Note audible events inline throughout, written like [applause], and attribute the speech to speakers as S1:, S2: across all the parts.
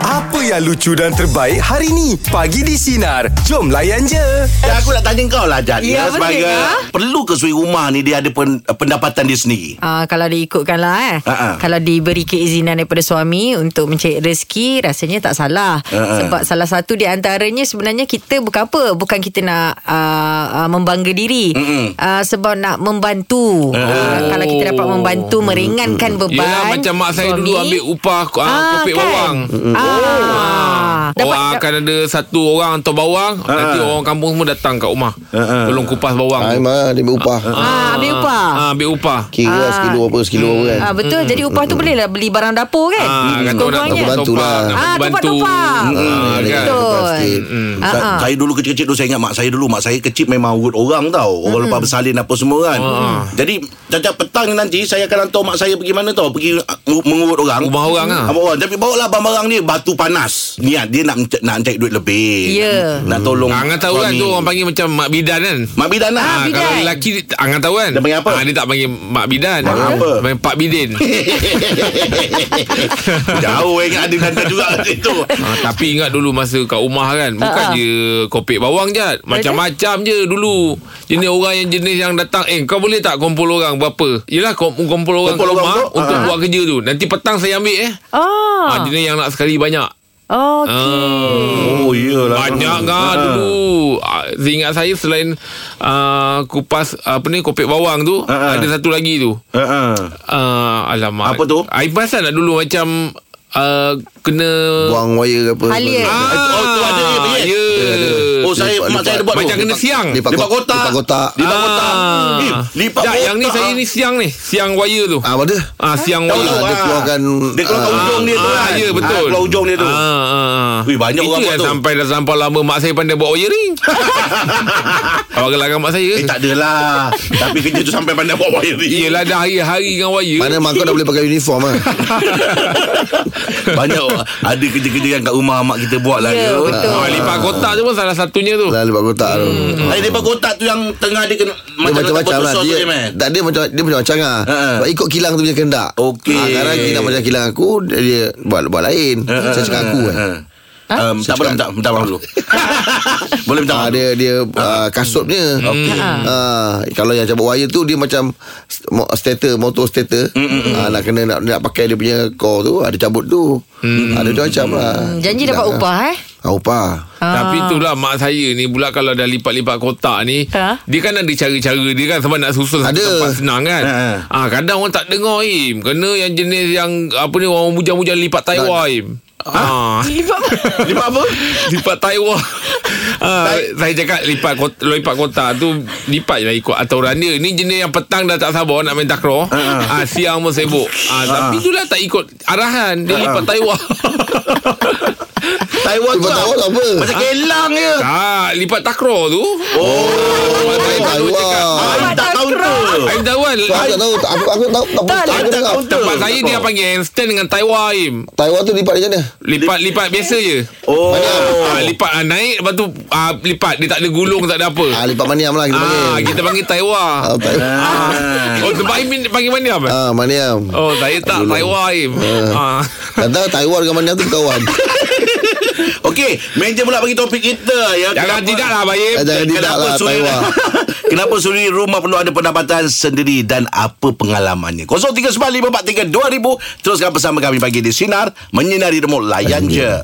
S1: Apa yang lucu dan terbaik hari ni? Pagi di Sinar. Jom layan je.
S2: Dan aku nak tanya kau lah Jad
S3: Ya, penting,
S2: sebagai
S3: ah.
S2: Perlu ke suri rumah ni Dia ada pen, eh, pendapatan dia sendiri
S3: Uh, kalau diikutkan lah eh
S2: Ha-ha.
S3: Kalau diberi keizinan daripada suami Untuk mencari rezeki Rasanya tak salah
S2: Ha-ha.
S3: Sebab salah satu di antaranya Sebenarnya kita bukan apa Bukan kita nak uh, uh, Membangga diri
S2: Mm-mm.
S3: uh, Sebab nak membantu uh, Kalau kita dapat membantu Meringankan beban
S4: Yelah macam mak saya dulu
S3: suami.
S4: ambil upah ah, kopek
S3: kan?
S4: bawang.
S3: Ah. Dapat,
S4: Orang akan ada satu orang hantar bawang
S2: Ah,
S4: Nanti orang kampung semua datang kat rumah Tolong kupas bawang
S5: Hai
S4: tu.
S5: mah dia berupah.
S3: ah, ambil upah
S4: ah, Ambil upah
S5: Kira lah, sekilo apa sekilo apa kan.
S3: Ah betul. Jadi upah tu boleh lah beli barang dapur kan?
S4: ah, Kata orang nak
S3: Kurang-kurangnya.
S4: tumpang
S5: Bantu lah.
S4: nak
S3: Ah,
S4: bantu.
S3: tumpang-tumpang.
S4: Ah,
S5: Ah, dia
S4: kan?
S3: betul. Hmm.
S5: berupah sikit.
S4: Hmm.
S2: Sa-
S4: Ah,
S2: Saya dulu kecil-kecil dulu Saya ingat mak saya dulu Mak saya kecil memang urut orang tau Orang
S4: Hmm.
S2: lepas bersalin apa semua kan
S4: Ah,
S2: Jadi Cacat petang ni nanti Saya akan hantar mak saya pergi mana tau Pergi ah, mu- mengurut orang
S4: Rumah orang lah.
S2: Rumah orang Tapi bawa lah barang-barang dia Batu panas Niat dia nak menc- nak cari duit lebih
S3: Ya.
S2: Nak tolong
S4: Angan tahu kan
S2: suami.
S4: tu orang panggil macam mak bidan kan
S2: Mak bidan lah
S4: Ah,
S3: bidan.
S4: kalau [laughs] lelaki Angan tahu kan
S2: Dia panggil apa?
S4: Ah, Dia tak panggil mak bidan
S2: Mak
S4: Dia
S2: apa?
S4: Panggil Pak Bidin
S2: Jauh ingat ada dan juga kat situ
S4: Ah, tapi ingat dulu masa kat rumah kan Bukan
S3: Ah, ah.
S4: je kopek bawang je Macam-macam je dulu Jenis orang yang jenis yang datang Eh kau boleh tak kumpul orang berapa Yelah kom- kumpul orang
S2: Kumpul
S4: kat
S2: orang
S4: rumah
S2: untuk-
S4: Untuk
S2: ah.
S4: buat kerja tu Nanti petang saya ambil eh
S3: Ah.
S4: ah. Jenis yang nak sekali banyak
S3: Okey.
S2: Oh iyalah
S4: Banyak
S2: Ah.
S4: kan dulu Ah, Seingat saya selain ah, Kupas apa ni kopek bawang tu
S2: Ah, ah.
S4: Ada satu lagi tu
S2: Ha, ha.
S4: ah, Alamak
S2: Apa tu?
S4: I perasan tak dulu macam ah, Kena
S5: Buang wire ke apa.
S3: Halia.
S4: Ah,
S2: Oh, tu ada dia punya.
S4: Ya
S2: Oh saya
S5: Lipat-
S2: mak saya ada buat
S4: Macam
S2: tu.
S4: kena
S2: Lipat-
S4: siang
S2: Lipat
S5: Lipat, lipat
S2: kotak.
S5: kotak. Lipat kotak.
S2: Lipat kotak. Eh, Lipat
S4: Sekejap,
S2: kotak.
S4: yang ni saya ni siang ni Siang wire tu
S5: Ah, ada.
S4: Ah, siang
S2: Tahu
S4: wire
S2: tak?
S5: Ah, dia
S2: Ah.
S5: keluarkan
S2: Dia keluarkan
S5: ah,
S2: hujung dia tu
S4: Ah,
S2: kan.
S4: Ya betul
S2: Ah, Keluar hujung dia tu.
S4: ah, ah, ah.
S2: Ui, banyak
S4: Itu
S2: orang buat
S4: yang
S2: tu.
S4: Sampai dah sampai lama Mak saya pandai buat
S2: [laughs]
S4: wiring Awak gelakkan mak saya
S2: [laughs] Eh tak adalah. Tapi kerja tu sampai pandai buat wiring.
S4: Yelah dah hari-hari dengan wire
S5: Mana mak kau dah boleh pakai
S2: [laughs]
S5: uniform ah.
S2: Banyak ada kerja-kerja yang kat rumah mak kita buat lah. dia.
S3: Ya, betul.
S4: Ah, lipat kotak tu pun salah satunya tu
S5: Lah lipat kotak tu.
S2: Ada lipat kotak tu yang tengah dia kena
S5: Dia macam-macam lah
S2: letak botol
S5: dia,
S2: sos tu man.
S5: Tak dia macam Dia macam-macam lah
S2: Ha, ha.
S5: Sebab ikut kilang tu punya kendak
S2: Okey.
S5: ha, Sekarang kilang macam kilang aku Dia, dia buat, buat lain
S2: Ha, ha,
S5: Saya cakap
S2: ha,
S5: aku
S2: ha,
S5: kan
S2: ha. Um, tak boleh minta, minta maaf [laughs] dulu Boleh minta
S5: Ah,
S2: maaf
S5: dia dia ah, kasutnya. Okey. Ah, kalau yang cabut wire tu dia macam st- mo- stator motor stator. Ah, nak kena nak, nak pakai dia punya core tu ada cabut tu. Ada macam macam lah.
S3: Hmm. Janji dapat
S5: Hilang
S3: upah [laughs] eh.
S5: lah. Ah, upah.
S4: Tapi itulah mak saya ni pula kalau dah lipat-lipat kotak ni
S3: Ha?
S4: Dia kan ada cara-cara dia kan sebab nak susun satu
S5: Ada.
S4: tempat senang kan
S2: Ha,
S4: ha. Kadang orang tak dengar Im Kena yang jenis yang apa ni orang bujang-bujang lipat Taiwan Im Ha.
S3: Lipat
S2: Lipat apa?
S4: [laughs] Lipat Taiwan ha, Saya cakap lipat kotak, lipat kotak tu Lipat je lah ikut aturan dia Ni jenis yang petang dah tak sabar nak main takraw ha, Siang pun sibuk ha, Tapi tu lah tak ikut arahan Dia lipat [laughs] Taiwan
S2: Taiwan
S5: Upah tahu tak apa.
S2: Macam kelang je
S4: Tak, Ah, lipat takraw tu Oh,
S5: Taiwan.
S2: Ah, Tak tahu tu
S4: Aim Taiwan
S5: Aku tak tahu tak- aku aku tak tahu tak apa
S3: Tak,
S5: tak
S2: tak
S5: dengar.
S2: tahu.
S4: Tempat saya dia panggil handstand dengan Taiwan Im.
S5: Taiwan tu lipat dia macam mana?
S4: Lipat-lipat biasa je
S2: Oh
S4: Ah, lipat ah, naik Lepas tu ah, Lipat Dia tak ada gulung Tak ada apa
S5: Ah, lipat maniam lah kita panggil.
S4: Ah, Kita panggil Taiwan
S5: Ah, Taiwan.
S4: Oh tempat Im panggil mana apa?
S5: Ah, maniam.
S4: Oh saya tak Taiwan Im ah.
S5: Kadang Taiwan dengan maniam tu berkawan.
S2: Okey, meja pula bagi topik kita ya.
S4: Jangan
S2: Kenapa-
S4: tidak lah Baim
S5: Ah, Jangan tidak
S2: Kenapa
S5: lah
S2: suri-
S5: Taiwan.
S2: [laughs] Kenapa suri rumah perlu ada pendapatan sendiri dan apa pengalamannya? 0395432000 teruskan bersama kami pagi di sinar menyinari remuk layan je.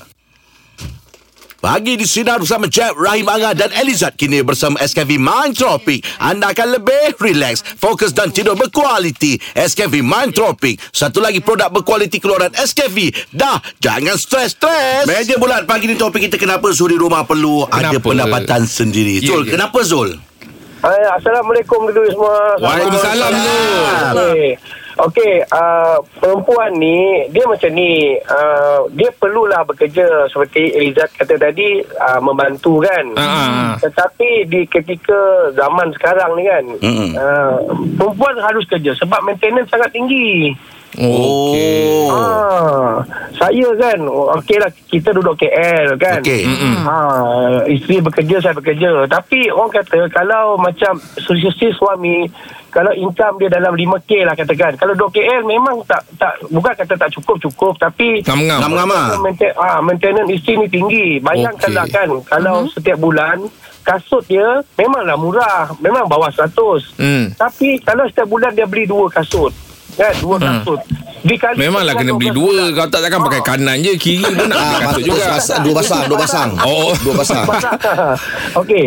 S2: Pagi di Sinar bersama Jeb, Rahim Angah dan Elizad Kini bersama SKV Mind Tropic Anda akan lebih relax, fokus dan tidur berkualiti SKV Mind Tropic Satu lagi produk berkualiti keluaran SKV Dah, jangan stres-stres Meja bulat pagi ni topik kita Kenapa suri rumah perlu kenapa? ada
S4: Kenapa?
S2: pendapatan sendiri
S4: Ya,
S2: Zul,
S4: ya.
S2: kenapa Zul?
S6: Hai, Eh, Assalamualaikum dulu semua.
S4: Waalaikumsalam tu
S6: Okey, okay, uh, perempuan ni dia macam ni, uh, dia perlulah bekerja seperti Elizad kata tadi uh, membantu kan.
S4: Ah.
S6: Tetapi di ketika zaman sekarang ni kan,
S2: Mm-mm.
S6: uh, perempuan harus kerja sebab maintenance sangat tinggi.
S4: Okey.
S5: Oh.
S6: Ah, saya kan okeylah kita duduk KL kan.
S5: Okey.
S4: Mm, Hmm.
S6: Ha, isteri bekerja saya bekerja. Tapi orang kata kalau macam susi suami kalau income dia dalam 5k lah katakan. Kalau duduk KL memang tak tak bukan kata tak cukup-cukup tapi
S4: Ngam-ngam.
S2: Ngam-ngam ah.
S6: Mainten- ah, maintenance isteri ni tinggi. Bayangkanlah
S4: Okey.
S6: kan kalau setiap bulan kasut dia memanglah murah. Memang bawah 100.
S4: Hmm.
S6: Tapi kalau setiap bulan dia beli dua kasut. Kan dua kasut. Dikali
S4: Hmm. Memanglah lah kena beli
S6: 12
S4: dua
S6: bulan.
S4: Kalau tak takkan
S6: Ah.
S4: pakai kanan je Kiri pun nak pakai
S5: Ah,
S4: kasut
S5: patut
S4: juga
S5: pasang, dua pasang, dua pasang.
S4: Oh.
S5: Dua pasang.
S6: Okey.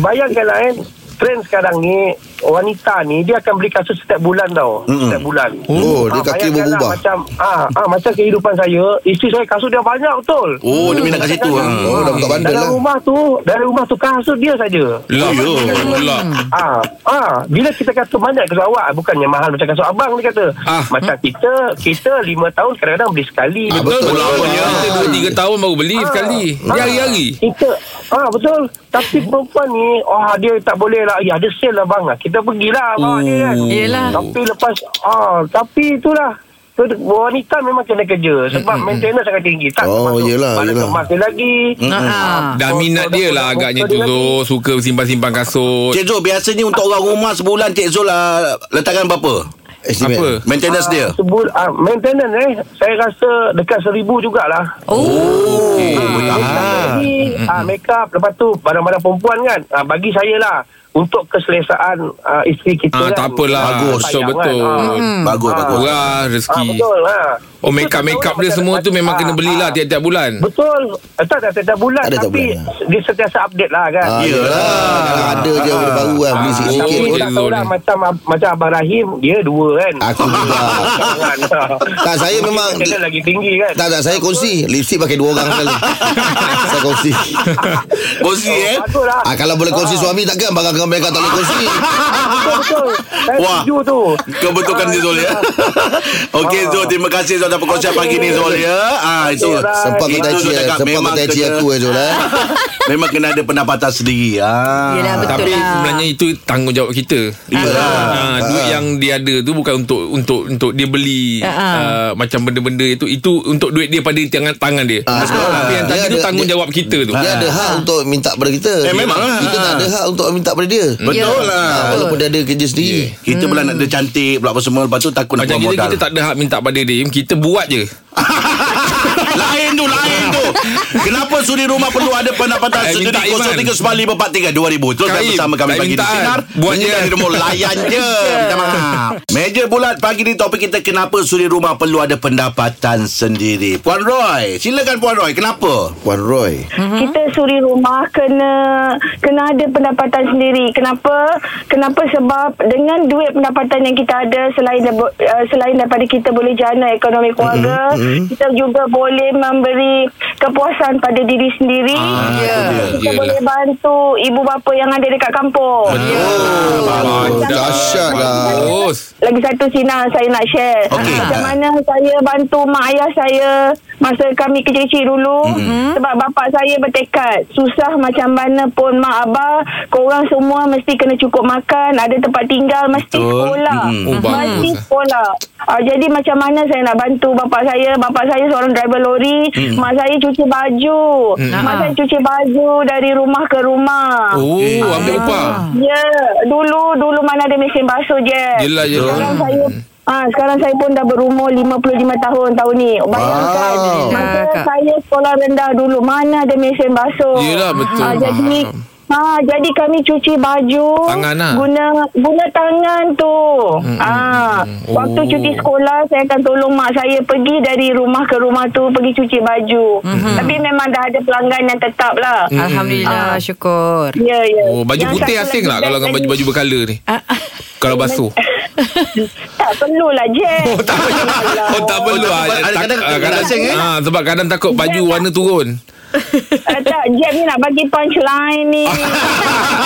S6: Bayangkanlah kan trend sekarang ni wanita ni dia akan beli kasut setiap bulan tau. Mm-mm. Setiap bulan.
S5: Oh, dia kaki
S6: bayangkanlah
S5: berubah.
S6: Macam ah, ah macam kehidupan saya, isteri saya kasut dia banyak betul.
S2: Oh, dia minat kat situ. Ha.
S5: Oh, dah buka bandel
S6: Dalam
S5: lah.
S6: rumah tu, dalam rumah tu kasut dia saja.
S4: Lah
S2: Oh,
S4: Lah
S6: Ah, ah, bila kita kata banyak kasut awak bukannya mahal macam kasut abang dia kata.
S4: Ah.
S6: Ah. Macam kita kita lima tahun kadang-kadang beli sekali.
S5: Ah,
S6: Lima
S4: Betul
S5: Betul
S4: Betul
S5: lah.
S4: lah Kita dua tiga tahun baru beli sekali Hari-hari
S6: Kita ah betul. Tapi perempuan ni oh dia tak boleh lah. Ya ada sale lah bang. Kita pergilah bawa dia kan.
S4: Oh.
S3: Yelah.
S6: Tapi lepas ah tapi itulah Tu- wanita memang kena kerja sebab maintenance sangat tinggi tak
S5: Oh, yelah,
S6: balas
S5: yelah.
S6: kemas dia lagi
S3: Ha.
S4: Dah minat dia lah agaknya tu Zul Suka simpan-simpan kasut
S2: Cik Zul, biasanya untuk orang rumah sebulan Cik Zul uh, letakkan berapa?
S5: Estimate.
S4: Apa?
S2: Maintenance dia?
S6: sebul ah, maintenance eh saya rasa dekat seribu jugalah
S3: Oh.
S2: Oh,
S6: Ah. ah, make up lepas tu barang-barang perempuan kan ah, bagi saya lah untuk keselesaan ah, isteri kita
S4: Ah,
S6: kan
S4: tak apalah
S5: Bagus.
S4: So betul
S3: Hmm.
S2: Bagus,
S6: Ah.
S2: bagus.
S4: Murah
S6: Ah,
S4: rezeki
S6: betul ah.
S4: Oh make up make up dia semua tu memang kena belilah tiap-tiap bulan.
S6: Betul Eh, Tak tak tiap bulan
S5: Tak ada tiap
S6: Tapi
S5: bulan,
S6: Dia sentiasa update lah kan
S5: Ah,
S6: Ya.
S5: yelah. Kalau ada je benda baru kan beli
S6: Tapi
S5: sikit-sikit.
S4: Oh,
S6: tak tahu lah
S4: Zul ni.
S6: Macam macam Abang Rahim Dia dua kan
S5: Aku
S6: [laughs]
S5: juga.
S6: Kan?
S5: Tak, saya memang-
S6: Dia lagi tinggi kan
S5: Tak tak saya kongsi Lipstick pakai dua orang
S2: [laughs]
S5: sekali Saya kongsi
S2: Kongsi eh?
S6: Betul lah
S5: ah, Kalau boleh kongsi suami takkan Barang mereka tak boleh kongsi
S6: Betul-betul Saya
S2: Wah.
S6: setuju tu
S2: Kau betulkan dia Zul ya [laughs] Okey Zul Terima kasih Zul Atas perkongsian
S6: Okey.
S2: pagi ni Zul ya ah, Itu
S5: Sempat kau
S2: Itu
S5: tai
S2: Zul
S5: chi
S2: cakap,
S5: Sempat kau
S2: memang
S5: tai chi
S2: kena- Ah.
S5: aku eh Zul eh
S2: Memang kena ada pendapatan sendiri ah.
S3: Yelah betul
S4: Tapi
S3: lah
S4: sebenarnya itu tanggungjawab kita. Ha, duit yang dia ada tu bukan untuk untuk untuk dia beli
S3: Ha, ha.
S4: uh, macam benda-benda itu itu untuk duit dia pada tangan tangan dia. lah.
S5: Ah, sebab
S4: Tapi yang
S5: dia
S4: tadi tu
S5: ada-
S4: tanggungjawab kita tu.
S5: Dia ada hak untuk minta pada kita
S2: Ah. Eh, memang lah.
S5: Kita tak ada hak untuk minta pada dia
S2: Betul
S3: Ya.
S2: lah
S5: Ah, Walaupun dia ada kerja sendiri
S2: Kita pula nak dia cantik Pula apa semua Lepas tu takut nak
S4: Macam
S2: keluar
S4: kita
S2: modal
S4: kita tak ada hak minta pada dia, kita buat je.
S2: Lain tu Lain tu Kenapa suri rumah perlu ada pendapatan
S4: Eh,
S2: sendiri
S4: minta Iman.
S2: 0395432000 Terus
S4: Kaim,
S2: bersama kami
S4: dah
S2: pagi di
S4: minta, kan?
S2: Sinar
S4: Buat
S2: Ini
S4: je.
S2: dari nombor layan je Minta maaf Meja bulat pagi ni topik kita Kenapa suri rumah perlu ada pendapatan sendiri Puan Roy Silakan Puan Roy Kenapa?
S5: Puan Roy
S7: Kita suri rumah kena kena ada pendapatan sendiri. Kenapa? Kenapa sebab dengan duit pendapatan yang kita ada selain daripada- uh, selain daripada kita boleh jana ekonomi keluarga, kita juga boleh memberi kepuasan pada diri sendiri.
S4: ya.
S7: Kita boleh bantu ibu bapa yang ada dekat kampung.
S5: Oh,
S4: Bagus.
S5: dahsyat lah.
S4: Bagus.
S7: Lagi satu Sina saya nak share.
S2: Okey.
S7: Macam mana saya bantu mak ayah saya masa kami kecil-kecil dulu mm-hmm. sebab bapak saya bertekad susah macam mana pun mak abah korang semua mesti kena cukup makan, ada tempat tinggal, mesti
S2: Betul.
S7: sekolah.
S2: Mm-mm.
S4: Oh,
S7: mesti
S4: bagus.
S7: sekolah. Uh, jadi macam mana saya nak bantu bapak saya? Bapak saya seorang driver lori, mak saya cuci baju. Mak
S3: Ah.
S7: saya cuci baju dari rumah ke rumah.
S4: Oh, ambil upah.
S7: Ya, dulu dulu mana ada mesin basuh je.
S4: Yelah, yelah.
S7: Sekarang saya Ah, sekarang saya pun dah berumur 55 tahun tahun ni. Bayangkan.
S4: Ah,
S5: Wow.
S7: Masa
S3: Dah, Kak.
S7: saya sekolah rendah dulu, mana ada mesin basuh.
S4: Yelah, betul.
S7: Ah, jadi
S4: Faham.
S7: Ha, jadi kami cuci baju
S4: Tangan lah.
S7: guna guna tangan tu. Hmm, ha,
S4: hmm.
S7: waktu
S4: Oh.
S7: cuti sekolah saya akan tolong mak saya pergi dari rumah ke rumah tu pergi cuci baju.
S4: Hmm.
S7: Tapi memang dah ada pelanggan yang tetap lah.
S3: Alhamdulillah syukur
S7: Ya, ya.
S4: Oh, baju
S7: Yang
S4: putih
S7: satu
S4: asing
S7: lagi
S4: tak kalau dengan
S7: best
S4: baju-baju berkala ni?
S3: Ah, ah.
S4: Kalau basuh.
S7: tak perlulah je.
S4: [laughs] Oh tak perlu Oh tak perlu ah,
S2: Ada
S4: tak-
S2: kadang-
S4: ah,
S2: kadang asing, eh?
S4: ah, Sebab kadang takut baju warna turun
S7: Uh, tak, Jeb ni nak bagi punchline ni.
S2: [laughs]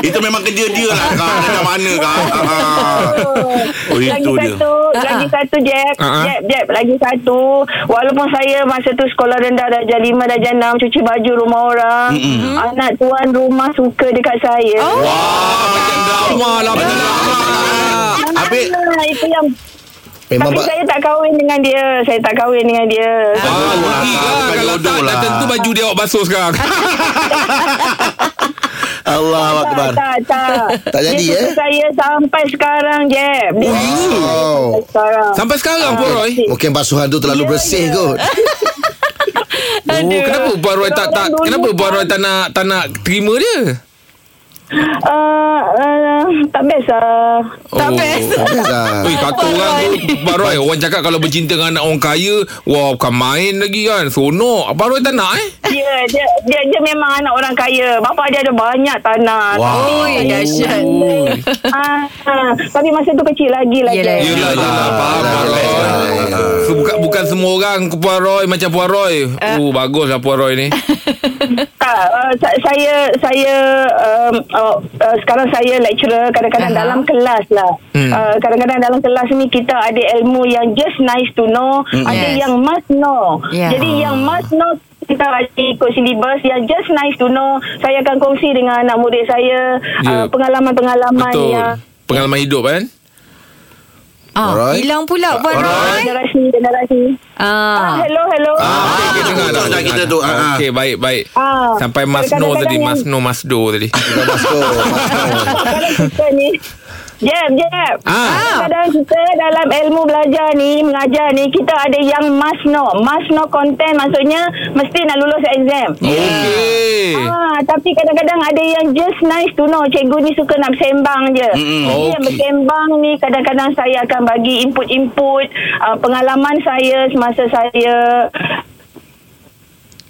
S2: Itu memang kerja dia lah kau. Dia kat mana
S5: [laughs]
S2: kau? Ha. Oh,
S7: lagi
S2: itu dia.
S7: satu, lagi satu Jeb,
S4: Ah, ah.
S7: Jeb, Jeb, lagi satu. Walaupun saya masa tu sekolah rendah darjah lima, darjah enam, cuci baju rumah orang. Anak tuan rumah suka dekat saya. Oh,
S4: Oh. lah. Ah, Macam drama lah Macam drama
S2: Habis
S7: itu yang
S5: Memang
S7: Tapi
S5: ba-
S7: saya tak kahwin dengan dia. Saya tak kahwin dengan dia.
S4: Ah,
S5: jodoh
S4: rugi
S5: lah.
S4: lah
S5: Bukan
S4: Kalau
S5: jodoh
S4: tak Dah
S5: lah.
S4: tentu baju dia awak basuh [laughs] sekarang
S5: Allahu akbar.
S7: Tak, tak, tak.
S5: Tak jadi,
S7: dia
S5: eh?
S7: suka saya sampai sekarang, Jeb. Dia suka saya
S5: Wow.
S7: sampai sekarang.
S4: Sampai sekarang pun Roy
S5: Mungkin basuhan tu terlalu
S7: Ya,
S5: bersih
S2: [laughs]
S7: ya.
S5: kot.
S4: Oh, kenapa Puan Roy tak, tak
S7: Dulu
S4: Kenapa Puan Roy
S7: kan-
S4: tak nak Tak nak terima dia
S7: Uh, uh, tak best lah.
S3: Tak best.
S5: Dah.
S4: Oi, kata
S3: Puan
S4: orang
S3: Roy.
S4: tu Abang kan. Roy Orang cakap kalau bercinta dengan anak orang kaya Wah bukan main lagi kan Seronok Abang Roy tak nak eh
S7: Dia, Ya, dia, dia, dia memang anak orang kaya. Bapa dia ada banyak tanah. Wow.
S3: Ui, dahsyat.
S7: Ah, ah. Tapi masa tu kecil lagi lah
S3: Yelah.
S7: Jeb.
S4: Yelah yelah Faham
S5: yelah,
S4: Puan
S2: Ah,
S4: Roy
S5: yelah,
S4: So, bukan, bukan semua orang ke Puan Roy Macam Puan Roy
S7: Eh.
S4: uh. Bagus lah Puan Roy
S7: [laughs]
S4: ni
S7: Tak, uh, sa- saya saya um, uh, uh, sekarang saya lecturer kadang-kadang
S3: Aha.
S7: dalam kelas lah.
S4: Hmm.
S7: Uh, kadang-kadang dalam kelas ni kita ada ilmu yang just nice to know,
S4: Hmm,
S7: ada
S3: Yes.
S7: yang must know.
S3: Yeah.
S7: Jadi yang must know kita ada ikut silibus yang just nice to know. Saya akan kongsi dengan anak murid saya
S4: Yeah.
S7: uh, pengalaman-pengalaman
S4: Ya. Betul
S7: yang
S4: Pengalaman hidup kan
S3: Ah,
S5: Alright.
S3: hilang pula Puan Roy.
S7: generasi generasi.
S3: Ah.
S7: Ah, hello hello.
S4: Ah, okey, okey, dengar
S5: betul
S4: lah,
S5: tak
S4: dengar
S5: kita
S4: lah.
S5: tu, ah, ah.
S4: Okey, baik, baik.
S7: Ah,
S4: Sampai Masno
S7: kadang-kadang
S4: tadi,
S7: yang-
S4: Masno Masdo
S7: [laughs]
S4: tadi.
S5: Dah basuh. basuh.
S7: Kalau kita ni Jeb, Jeb.
S4: Ah.
S7: Kadang-kadang kita dalam ilmu belajar ni, mengajar ni, kita ada yang must know. Must know content maksudnya mesti nak lulus exam.
S4: Okey.
S7: Ah, tapi kadang-kadang ada yang just nice to know. Cikgu ni suka nak sembang je. Mm, Dia
S4: okey.
S7: yang bersembang ni kadang-kadang saya akan bagi input-input uh, pengalaman saya semasa saya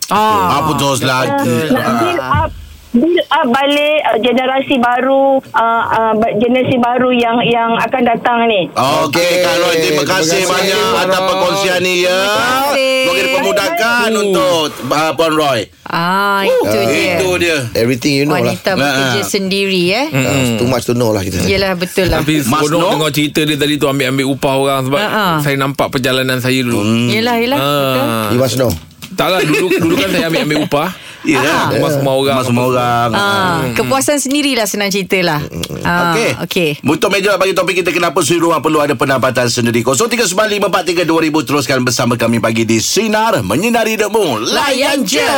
S3: Ah.
S2: Apa terus lagi? Ah.
S7: uh, nak build up build up balik uh, generasi baru uh, uh, generasi baru yang yang akan datang ni.
S2: Okey, Kak Roy. Terima
S5: Terima
S2: kasih
S5: kasih,
S2: banyak
S5: Puan
S2: atas
S5: Roy.
S2: perkongsian ni ya.
S3: kasih.
S2: Moga dipermudahkan
S4: Baik, baik.
S2: untuk uh, Puan Roy.
S3: Ah, itu dia.
S2: Itu dia.
S5: Everything you know lah.
S3: Wanita bekerja
S2: Ah.
S3: sendiri eh.
S5: Ah, Too much to know lah kita.
S3: Yelah betul lah.
S4: Tapi
S2: Masno?
S4: seronok tengok cerita dia tadi tu ambil-ambil upah orang sebab
S3: Ah, ah.
S4: saya nampak perjalanan saya dulu.
S5: Hmm.
S3: Yelah, yelah. Betul.
S4: Ah.
S5: You must know.
S4: Taklah dulu dulu kan saya ambil-ambil upah.
S2: Ya.
S4: Rumah semua orang.
S2: Rumah semua orang.
S3: Ah, kepuasan sendirilah senang cerita lah. Ah,
S2: Okey.
S3: Okey.
S2: Untuk meja bagi topik kita kenapa suri rumah perlu ada pendapatan sendiri. 0395432000 teruskan bersama kami pagi di Sinar Menyinari Demu. Layan je.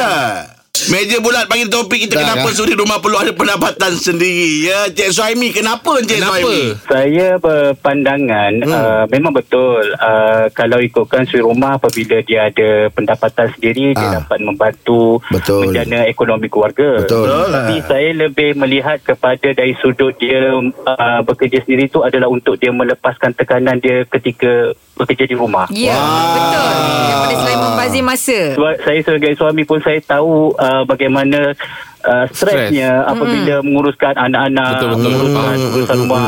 S2: Meja bulat bagi topik kita
S5: Dah,
S2: kenapa
S5: dah.
S2: suri rumah perlu ada pendapatan sendiri. Ya, Cik Suhaimi kenapa Cik
S4: Kenapa?
S2: Suhaimi?
S8: Saya berpandangan hmm. uh, memang betul uh, kalau ikutkan suri rumah apabila dia ada pendapatan sendiri dia
S5: Ah.
S8: dapat membantu
S5: Betul.
S8: menjana ekonomi keluarga.
S5: Betul. Betul
S8: Tapi saya lebih melihat kepada dari sudut dia uh, bekerja sendiri itu adalah untuk dia melepaskan tekanan dia ketika bekerja di rumah.
S3: Ya, betul. Daripada selain membazir masa.
S8: Sebab saya sebagai suami pun saya tahu uh, bagaimana uh, stresnya apabila menguruskan anak-anak,
S4: Betul, betul.
S8: menguruskan urusan rumah.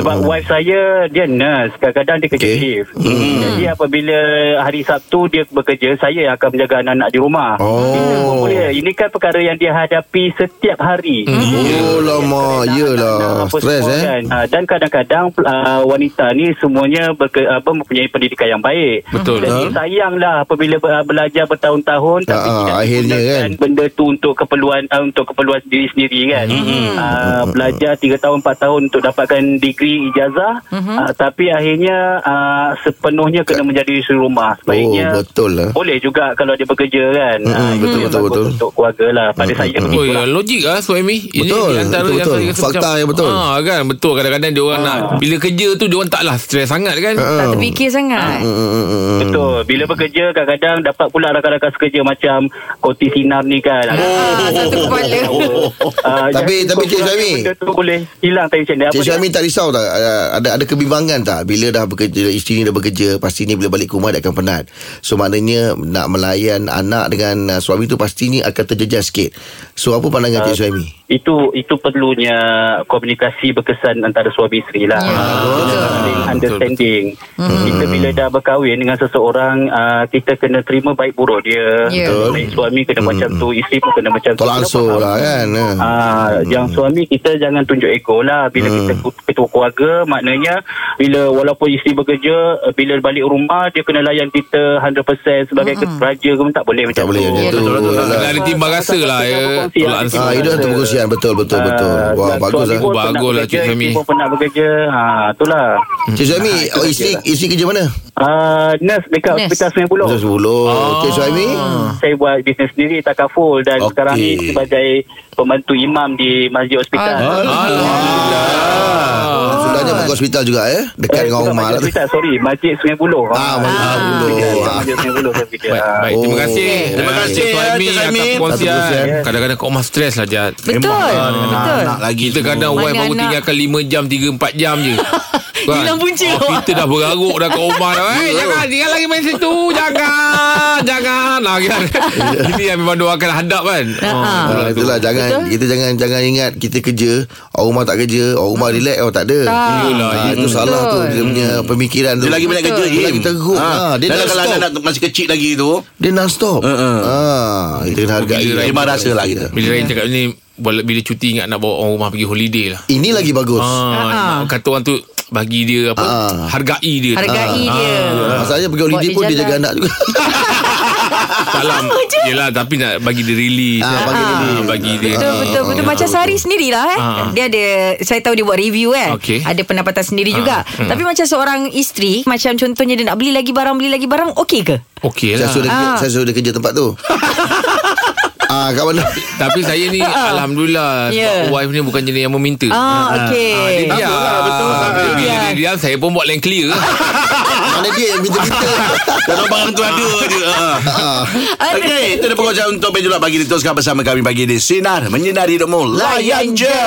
S8: Sebab wife saya dia nurse, kadang-kadang dia kerja
S5: Okey.
S8: shift. Jadi apabila hari Sabtu dia bekerja, saya yang akan menjaga anak-anak di rumah.
S5: Oh.
S8: Kita pun boleh. Ini kan perkara yang dia hadapi setiap hari.
S5: Oh lama. Yelah.
S8: Apa
S5: Stress
S8: semua
S5: eh.
S8: kan. Ah, dan kadang-kadang uh, wanita ni semuanya berke, apa mempunyai pendidikan yang baik.
S4: Betul.
S8: Jadi sayanglah apabila uh, belajar bertahun-tahun tapi
S5: Ah,
S8: tidak
S5: akhirnya
S8: digunakan
S5: kan.
S8: benda tu untuk keperluan uh, untuk keperluan diri sendiri kan.
S5: Hmm,
S8: Mm-hmm. Uh, belajar 3 tahun 4 tahun untuk dapatkan degree ijazah mm-hmm. uh, tapi akhirnya uh, sepenuhnya kena menjadi suri rumah.
S5: Oh,
S8: Sebaiknya
S5: betul lah.
S8: Boleh juga kalau dia bekerja kan.
S5: Mm-mm,
S8: Ah, itu
S5: betul,
S8: yang
S5: betul,
S8: bagus
S5: betul. Hmm,
S8: Untuk keluarga lah pada saya
S4: Oh,
S8: begitu.
S4: ya, logik lah suami. Ini
S5: Betul,
S4: di antara
S5: betul,
S4: yang
S5: betul.
S4: saya rasa
S5: Fakta
S4: macam-
S5: yang betul. Ah.
S4: Ah, kan, betul. Kadang-kadang dia orang nak bila kerja tu dia orang taklah stres sangat kan.
S3: Tak terfikir sangat.
S5: Hmm.
S8: Betul. Bila bekerja kadang-kadang dapat pula rakan-rakan sekerja macam Koti Sinar ni kan.
S5: Oh,
S3: Ah, satu kepala.
S8: Ah,
S5: Tapi-
S8: jadi
S5: tapi Cik
S8: kurang-kurang
S5: Syami.
S8: Benda tu boleh hilang tapi macam mana?
S5: Cik
S8: Apa dia?
S5: Syami tak risau tak Ah, ada ada kebimbangan tak bila dah bekerja isteri ni dah bekerja pasti ni bila balik ke rumah dia akan penat. So maknanya nak melayan anak dengan ah, suami tu pasti ni akan terjejas sikit. So apa pandangan
S8: Ah,
S5: Cik Syami?
S8: itu itu perlunya komunikasi berkesan antara suami isteri lah.
S4: Ah, betul.
S8: Saling
S4: Betul,
S8: understanding.
S5: Hmm.
S8: Kita bila dah berkahwin dengan seseorang, uh, kita kena terima baik buruk dia.
S3: Ya.
S8: Baik suami kena macam tu, isteri pun kena macam tu.
S5: Hmm, Tolak
S8: Kenapa
S5: ansur. betul lah kan. Ha.
S8: Ah, hmm. yang suami kita jangan tunjuk ego lah bila hmm. kita ku- ketua keluarga maknanya bila walaupun isteri bekerja eh, bila balik rumah dia kena layan kita 100% sebagai hmm. raja ke pun tak boleh
S5: Tak
S8: macam
S5: boleh
S8: tu.
S5: macam tu.
S4: Kena ada timbang rasa lah ya. Tolak ansur.
S5: Ah, itu satu perkongsian betul betul betul. Wah
S8: dan
S5: bagus
S8: Ah, suami
S4: Oh,
S5: ah.
S8: pun penat
S4: bagus lah,
S8: bekerja,
S4: Cik Fahmi.
S8: isteri pun pernah bekerja ha, itulah
S5: Cik
S8: Ah,
S5: Suhaimi, oh, isteri isteri kerja mana?
S8: uh, nurse dekat
S3: Nurse.
S8: hospital Sungai Buloh
S5: Betul sebelum. Cik Suhaimi?
S4: Ah.
S8: saya buat bisnes sendiri takaful dan
S5: Okey.
S8: okay. sekarang ni sebagai pembantu imam di masjid hospital
S5: Ah. Sudahnya pergi hospital juga eh. Dekat
S8: Eh,
S5: dengan
S8: bukan
S5: rumah lah
S8: Masjid
S5: tu.
S8: Hospital, sorry Masjid Sungai Buloh
S5: Ah, Masjid Sungai Buloh.
S8: Masjid- Masjid Sungai Buloh saya fikir
S4: Baik,
S8: Ah.
S4: baik. Terima
S5: Oh.
S4: kasih.
S2: Terima
S4: Eh,
S2: kasih,
S4: Cik
S2: ya,
S4: Suhaimi
S2: Cik Suhaimi.
S4: atas
S5: Atas
S4: perkongsian.
S5: perkongsian.
S4: Kadang-kadang kau mah stres lah, Jad.
S3: Betul
S2: Memang,
S3: Betul
S2: Anak lagi
S4: Kita
S2: tu.
S4: kadang wife
S3: Mana
S4: baru
S3: anak?
S4: tinggalkan 5 jam 3-4 jam
S3: [laughs]
S4: je Kan?
S3: Hilang punca
S4: oh,
S3: awak.
S4: Kita dah bergaruk dah kat rumah dah Eh jangan Jangan lagi main situ Jangan Jangan lah
S5: [laughs]
S4: kan Ini yang memang doakan hadap kan
S3: Ha-ha.
S4: betul
S5: Ah,
S4: lah tu.
S5: itulah jangan kita jangan jangan ingat kita kerja, orang rumah tak kerja, orang
S2: Ah.
S5: rumah relax oh tak ada.
S4: Yelah,
S5: Ah, itu salah tu dia punya pemikiran tu.
S2: Dia lagi banyak kerja
S5: Dia
S2: Im.
S5: lagi teruk. Ah, dia
S2: Dan
S5: nak
S2: kalau
S5: stop.
S2: anak masih kecil lagi tu
S5: Dia non stop.
S2: Uh-uh.
S5: Ah, kita kena hargai.
S4: Bila
S2: Memang rasa lah kita
S4: Bila Ryan cakap ni bila, bila cuti ingat nak bawa orang rumah pergi holiday lah
S5: Ini lagi bagus.
S4: ah, Kata orang tu Bagi dia apa
S5: Ah.
S4: Hargai dia
S3: Hargai
S4: Ah.
S3: dia
S5: Masalahnya pergi holiday
S3: dia
S5: pun dia
S3: jalan.
S5: jaga anak
S2: [laughs]
S5: juga.
S4: Tak
S3: [laughs]
S4: lah Yelah tapi nak bagi dia release
S5: Ah, bagi dia
S4: Ah,
S5: release.
S4: Bagi dia Ha.
S3: Betul betul betul macam Sari sendirilah eh.
S4: Ah.
S3: Dia ada saya tahu dia buat review kan.
S4: Okey.
S3: Ada pendapatan sendiri juga. Tapi macam seorang isteri macam contohnya dia nak beli lagi barang beli lagi barang okey ke?
S4: Okey
S5: Saya
S4: lah
S5: suruh dia,
S3: Ah.
S5: saya suruh dia kerja tempat
S2: [laughs]
S5: tu. ah, kat mana?
S4: Tapi saya
S3: [laughs]
S4: ni Alhamdulillah
S3: Ya.
S4: yeah. Wife ni bukan jenis yang meminta
S3: Ah okey.
S4: Dia diam
S2: betul.
S4: Ah, Dia Bila
S3: Diam.
S4: dia diam Saya pun buat lain clear
S5: Mana dia yang minta-minta?
S2: Kalau barang tu ada je Ah. Okey, itu dia pekerjaan untuk penjelak pagi diteruskan bersama kami pagi di Sinar Menyinari Hidupmu Layan je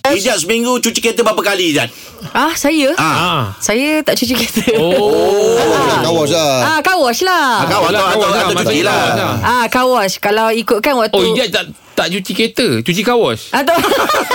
S2: Ijat seminggu cuci kereta berapa kali Ijat?
S3: Ah saya?
S2: Ah.
S3: Saya tak cuci kereta.
S4: Oh
S5: Ah, Kawas lah.
S3: Ah car wash lah.
S2: Kau
S4: Kawas
S2: atau
S4: lah,
S2: atau
S4: kawas lah,
S2: atau cuci
S4: maksudnya
S2: lah
S4: kawas
S2: [laughs]
S4: lah.
S3: Ah car wash kalau ikutkan waktu
S4: Oh Ijat tak tak cuci kereta Cuci kawas
S3: Atau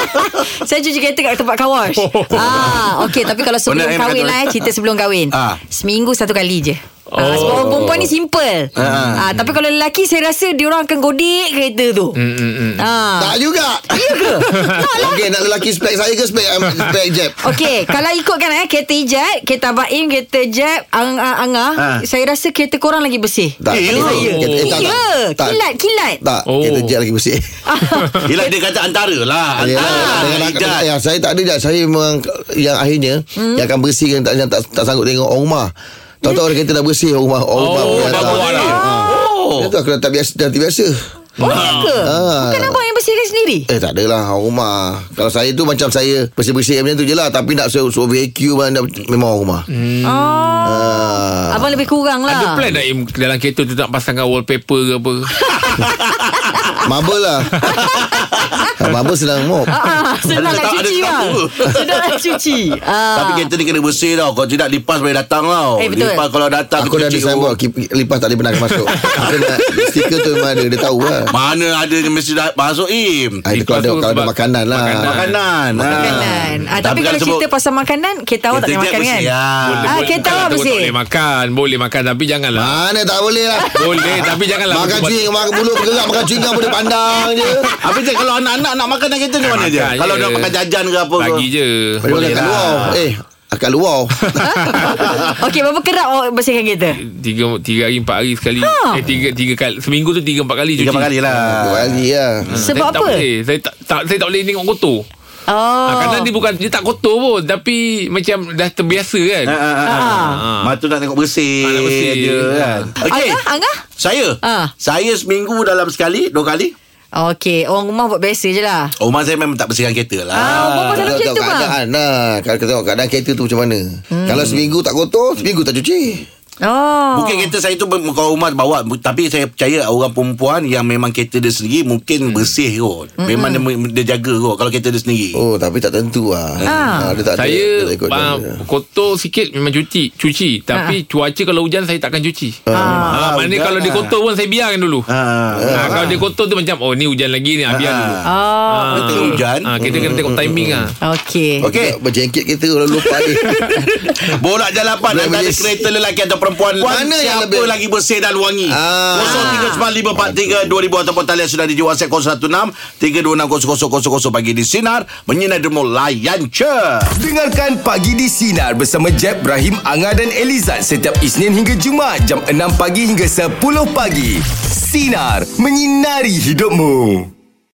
S3: [laughs] Saya cuci kereta kat tempat car wash ah, Okay tapi kalau sebelum
S2: Benar, Em,
S3: kahwin
S2: kata-
S3: lah eh, Cerita sebelum kahwin
S2: Ah.
S3: Seminggu satu kali je Oh. Ah, sebab orang perempuan ni simple ah. Tapi kalau lelaki Saya rasa diorang akan godek kereta tu mm,
S4: Hmm.
S3: mm, mm. Ah.
S5: Tak juga. Ya [laughs] ke?
S3: lah.
S5: Okey, nak lelaki spek saya ke spek um, spek jeb?
S3: Okey, kalau ikutkan eh kereta Ijat, kereta Abaim, kereta Jeb, Ang Ang- Angah,
S2: Ah.
S3: saya rasa kereta korang lagi bersih.
S5: Tak,
S2: Eh,
S5: tak,
S2: ya.
S5: tak, tak, tak,
S3: Ya,
S5: tak.
S3: kilat, kilat.
S5: Tak,
S4: Oh.
S5: kereta jet lagi bersih.
S2: Yelah dia kata antara lah
S3: Ah,
S5: Ah,
S2: Antara
S5: Yelah,
S2: lah
S5: dengan-
S2: Ijat
S5: ya, saya tak ada jat. Saya memang yang akhirnya
S3: Hmm.
S5: yang akan bersihkan tak yang tak, tak sanggup tengok orang rumah. Tahu-tahu orang kereta dah bersih orang rumah orang rumah.
S4: Oh dah
S5: punya atas. Ah.
S4: bawa dah
S2: Oh
S5: Itu aku dah tak biasa dah terbiasa.
S3: Oh, ya ke?
S5: Ah.
S3: Bukan abang yang bersihkan sendiri?
S5: Eh tak adalah orang rumah. Kalau saya tu macam saya bersih-bersih macam tu je lah tapi nak suruh, suruh vacuum lah, nak- memang orang rumah.
S3: Oh,
S5: Ah.
S3: abang lebih kurang lah.
S4: Ada plan tak Im Dalam kereta tu nak pasangkan wallpaper ke apa
S5: Mabel [laughs] lah. Mabel senang mop.
S3: Ah,
S2: Ada
S3: senang nak
S2: tak- ada
S3: cuci
S2: tak
S3: bang.
S2: apa?
S3: Senang nak cuci. Ah.
S2: Tapi kereta ni kena bersih tau Kalau tidak lipas boleh datang tau
S3: Eh, betul.
S2: Lipas kalau datang
S5: Aku dah
S2: cuci
S5: ada sambal ki- Lipas tak boleh benar masuk Aku nak Stiker tu memang ada Dia tahu lah
S2: Mana ada yang mesti dah masuk Im
S5: Ah, itu
S4: Lipas
S5: kalau ada,
S4: tu
S5: kalau ada
S4: sebab-
S5: makanan lah
S4: makanan.
S2: Makanan
S3: Makanan. Ah, tapi, kalau cerita pasal makanan, kita awak tak boleh makan kan?
S2: kan
S3: Ah, kereta awak
S4: Boleh-
S3: bersih.
S4: Boleh makan Boleh makan Tapi janganlah
S5: Mana tak boleh lah
S4: Boleh lah Tapi janganlah
S5: Makan
S4: buat-
S5: cuing Makan mulut bergerak Makan cuing Boleh pandang je
S2: Habis je kalau anak-anak nak makan dalam kereta ni mana je?
S4: Makan
S2: Kalau
S4: je.
S2: nak makan jajan ke apa ke?
S4: Bagi je
S5: Boleh
S4: lah.
S5: kat luar Eh Kat luar
S3: [laughs] Okey, berapa kerap awak bersihkan kereta?
S4: Tiga, tiga hari empat hari sekali
S3: Ha.
S4: Eh tiga, tiga kali Seminggu tu tiga empat kali
S2: Tiga
S4: cuci.
S2: empat kali lah.
S5: Dua kali lah
S3: Sebab
S4: saya tak
S3: apa?
S4: Boleh. Saya tak, tak saya tak boleh tengok kotor.
S3: Oh.
S4: Oh. Ha, kadang dia bukan dia tak kotor pun tapi macam dah terbiasa kan.
S2: Ha, ha,
S4: Ha.
S2: ha, ha.
S4: Ah.
S2: Mak tu nak tengok bersih
S4: Ah, nak bersih.
S2: je kan. Okey.
S3: Angah, Angah?
S2: Saya?
S3: Ah.
S2: Saya seminggu dalam sekali, dua kali.
S3: Okey, orang rumah buat biasa je lah.
S2: Rumah saya memang tak bersihkan kereta lah.
S3: Ah, orang rumah selalu
S5: Tengok
S3: macam
S5: tengok
S3: tu bang.
S5: keadaan lah Kalau kita tengok keadaan kereta tu macam mana Kalau seminggu tak kotor Seminggu tak cuci
S3: Oh.
S2: Mungkin kereta saya tu mem- Kalau rumah bawa bu- Tapi saya percaya Orang perempuan Yang memang kereta dia sendiri Mungkin
S3: Hmm.
S2: bersih kot Memang dia, dia jaga kot Kalau kereta dia sendiri
S5: Oh tapi tak tentu lah
S3: Ah.
S5: Ah, Dia tak ada-
S4: Saya
S5: dia tak ikut dia. ya.
S4: uh, kotor sikit memang cuci, cuci. Tapi cuaca kalau hujan saya takkan cuci. Ha.
S2: Ah,
S4: maknanya
S2: hujan
S4: kalau dia
S2: lah.
S4: kotor pun saya biarkan dulu. Ha.
S2: Ha.
S4: kalau dia kotor tu macam oh ni hujan lagi ni ah, biar dulu.
S3: Oh,
S4: Ah.
S2: Betul hujan.
S4: Ah, kita kena tengok timing ah.
S3: okey.
S2: Okey.
S5: Berjengkit kereta Orang lupa ni
S2: Borak jalapan
S5: Boleh
S2: antara
S5: boleh.
S2: kereta lelaki atau perempuan
S5: Mana yang
S2: siapa
S5: lebih-
S2: lagi bersih dan wangi.
S5: Ah.
S2: Ah. 0395432000 ataupun talian sudah di WhatsApp 016 3260000 pagi di sinar menyinari demo layan je.
S1: Dengarkan Pagi di Sinar bersama Jeb, Ibrahim, Anga dan Elizad setiap Isnin hingga Jumaat jam 6 pagi hingga 10 pagi. Sinar, menyinari hidupmu.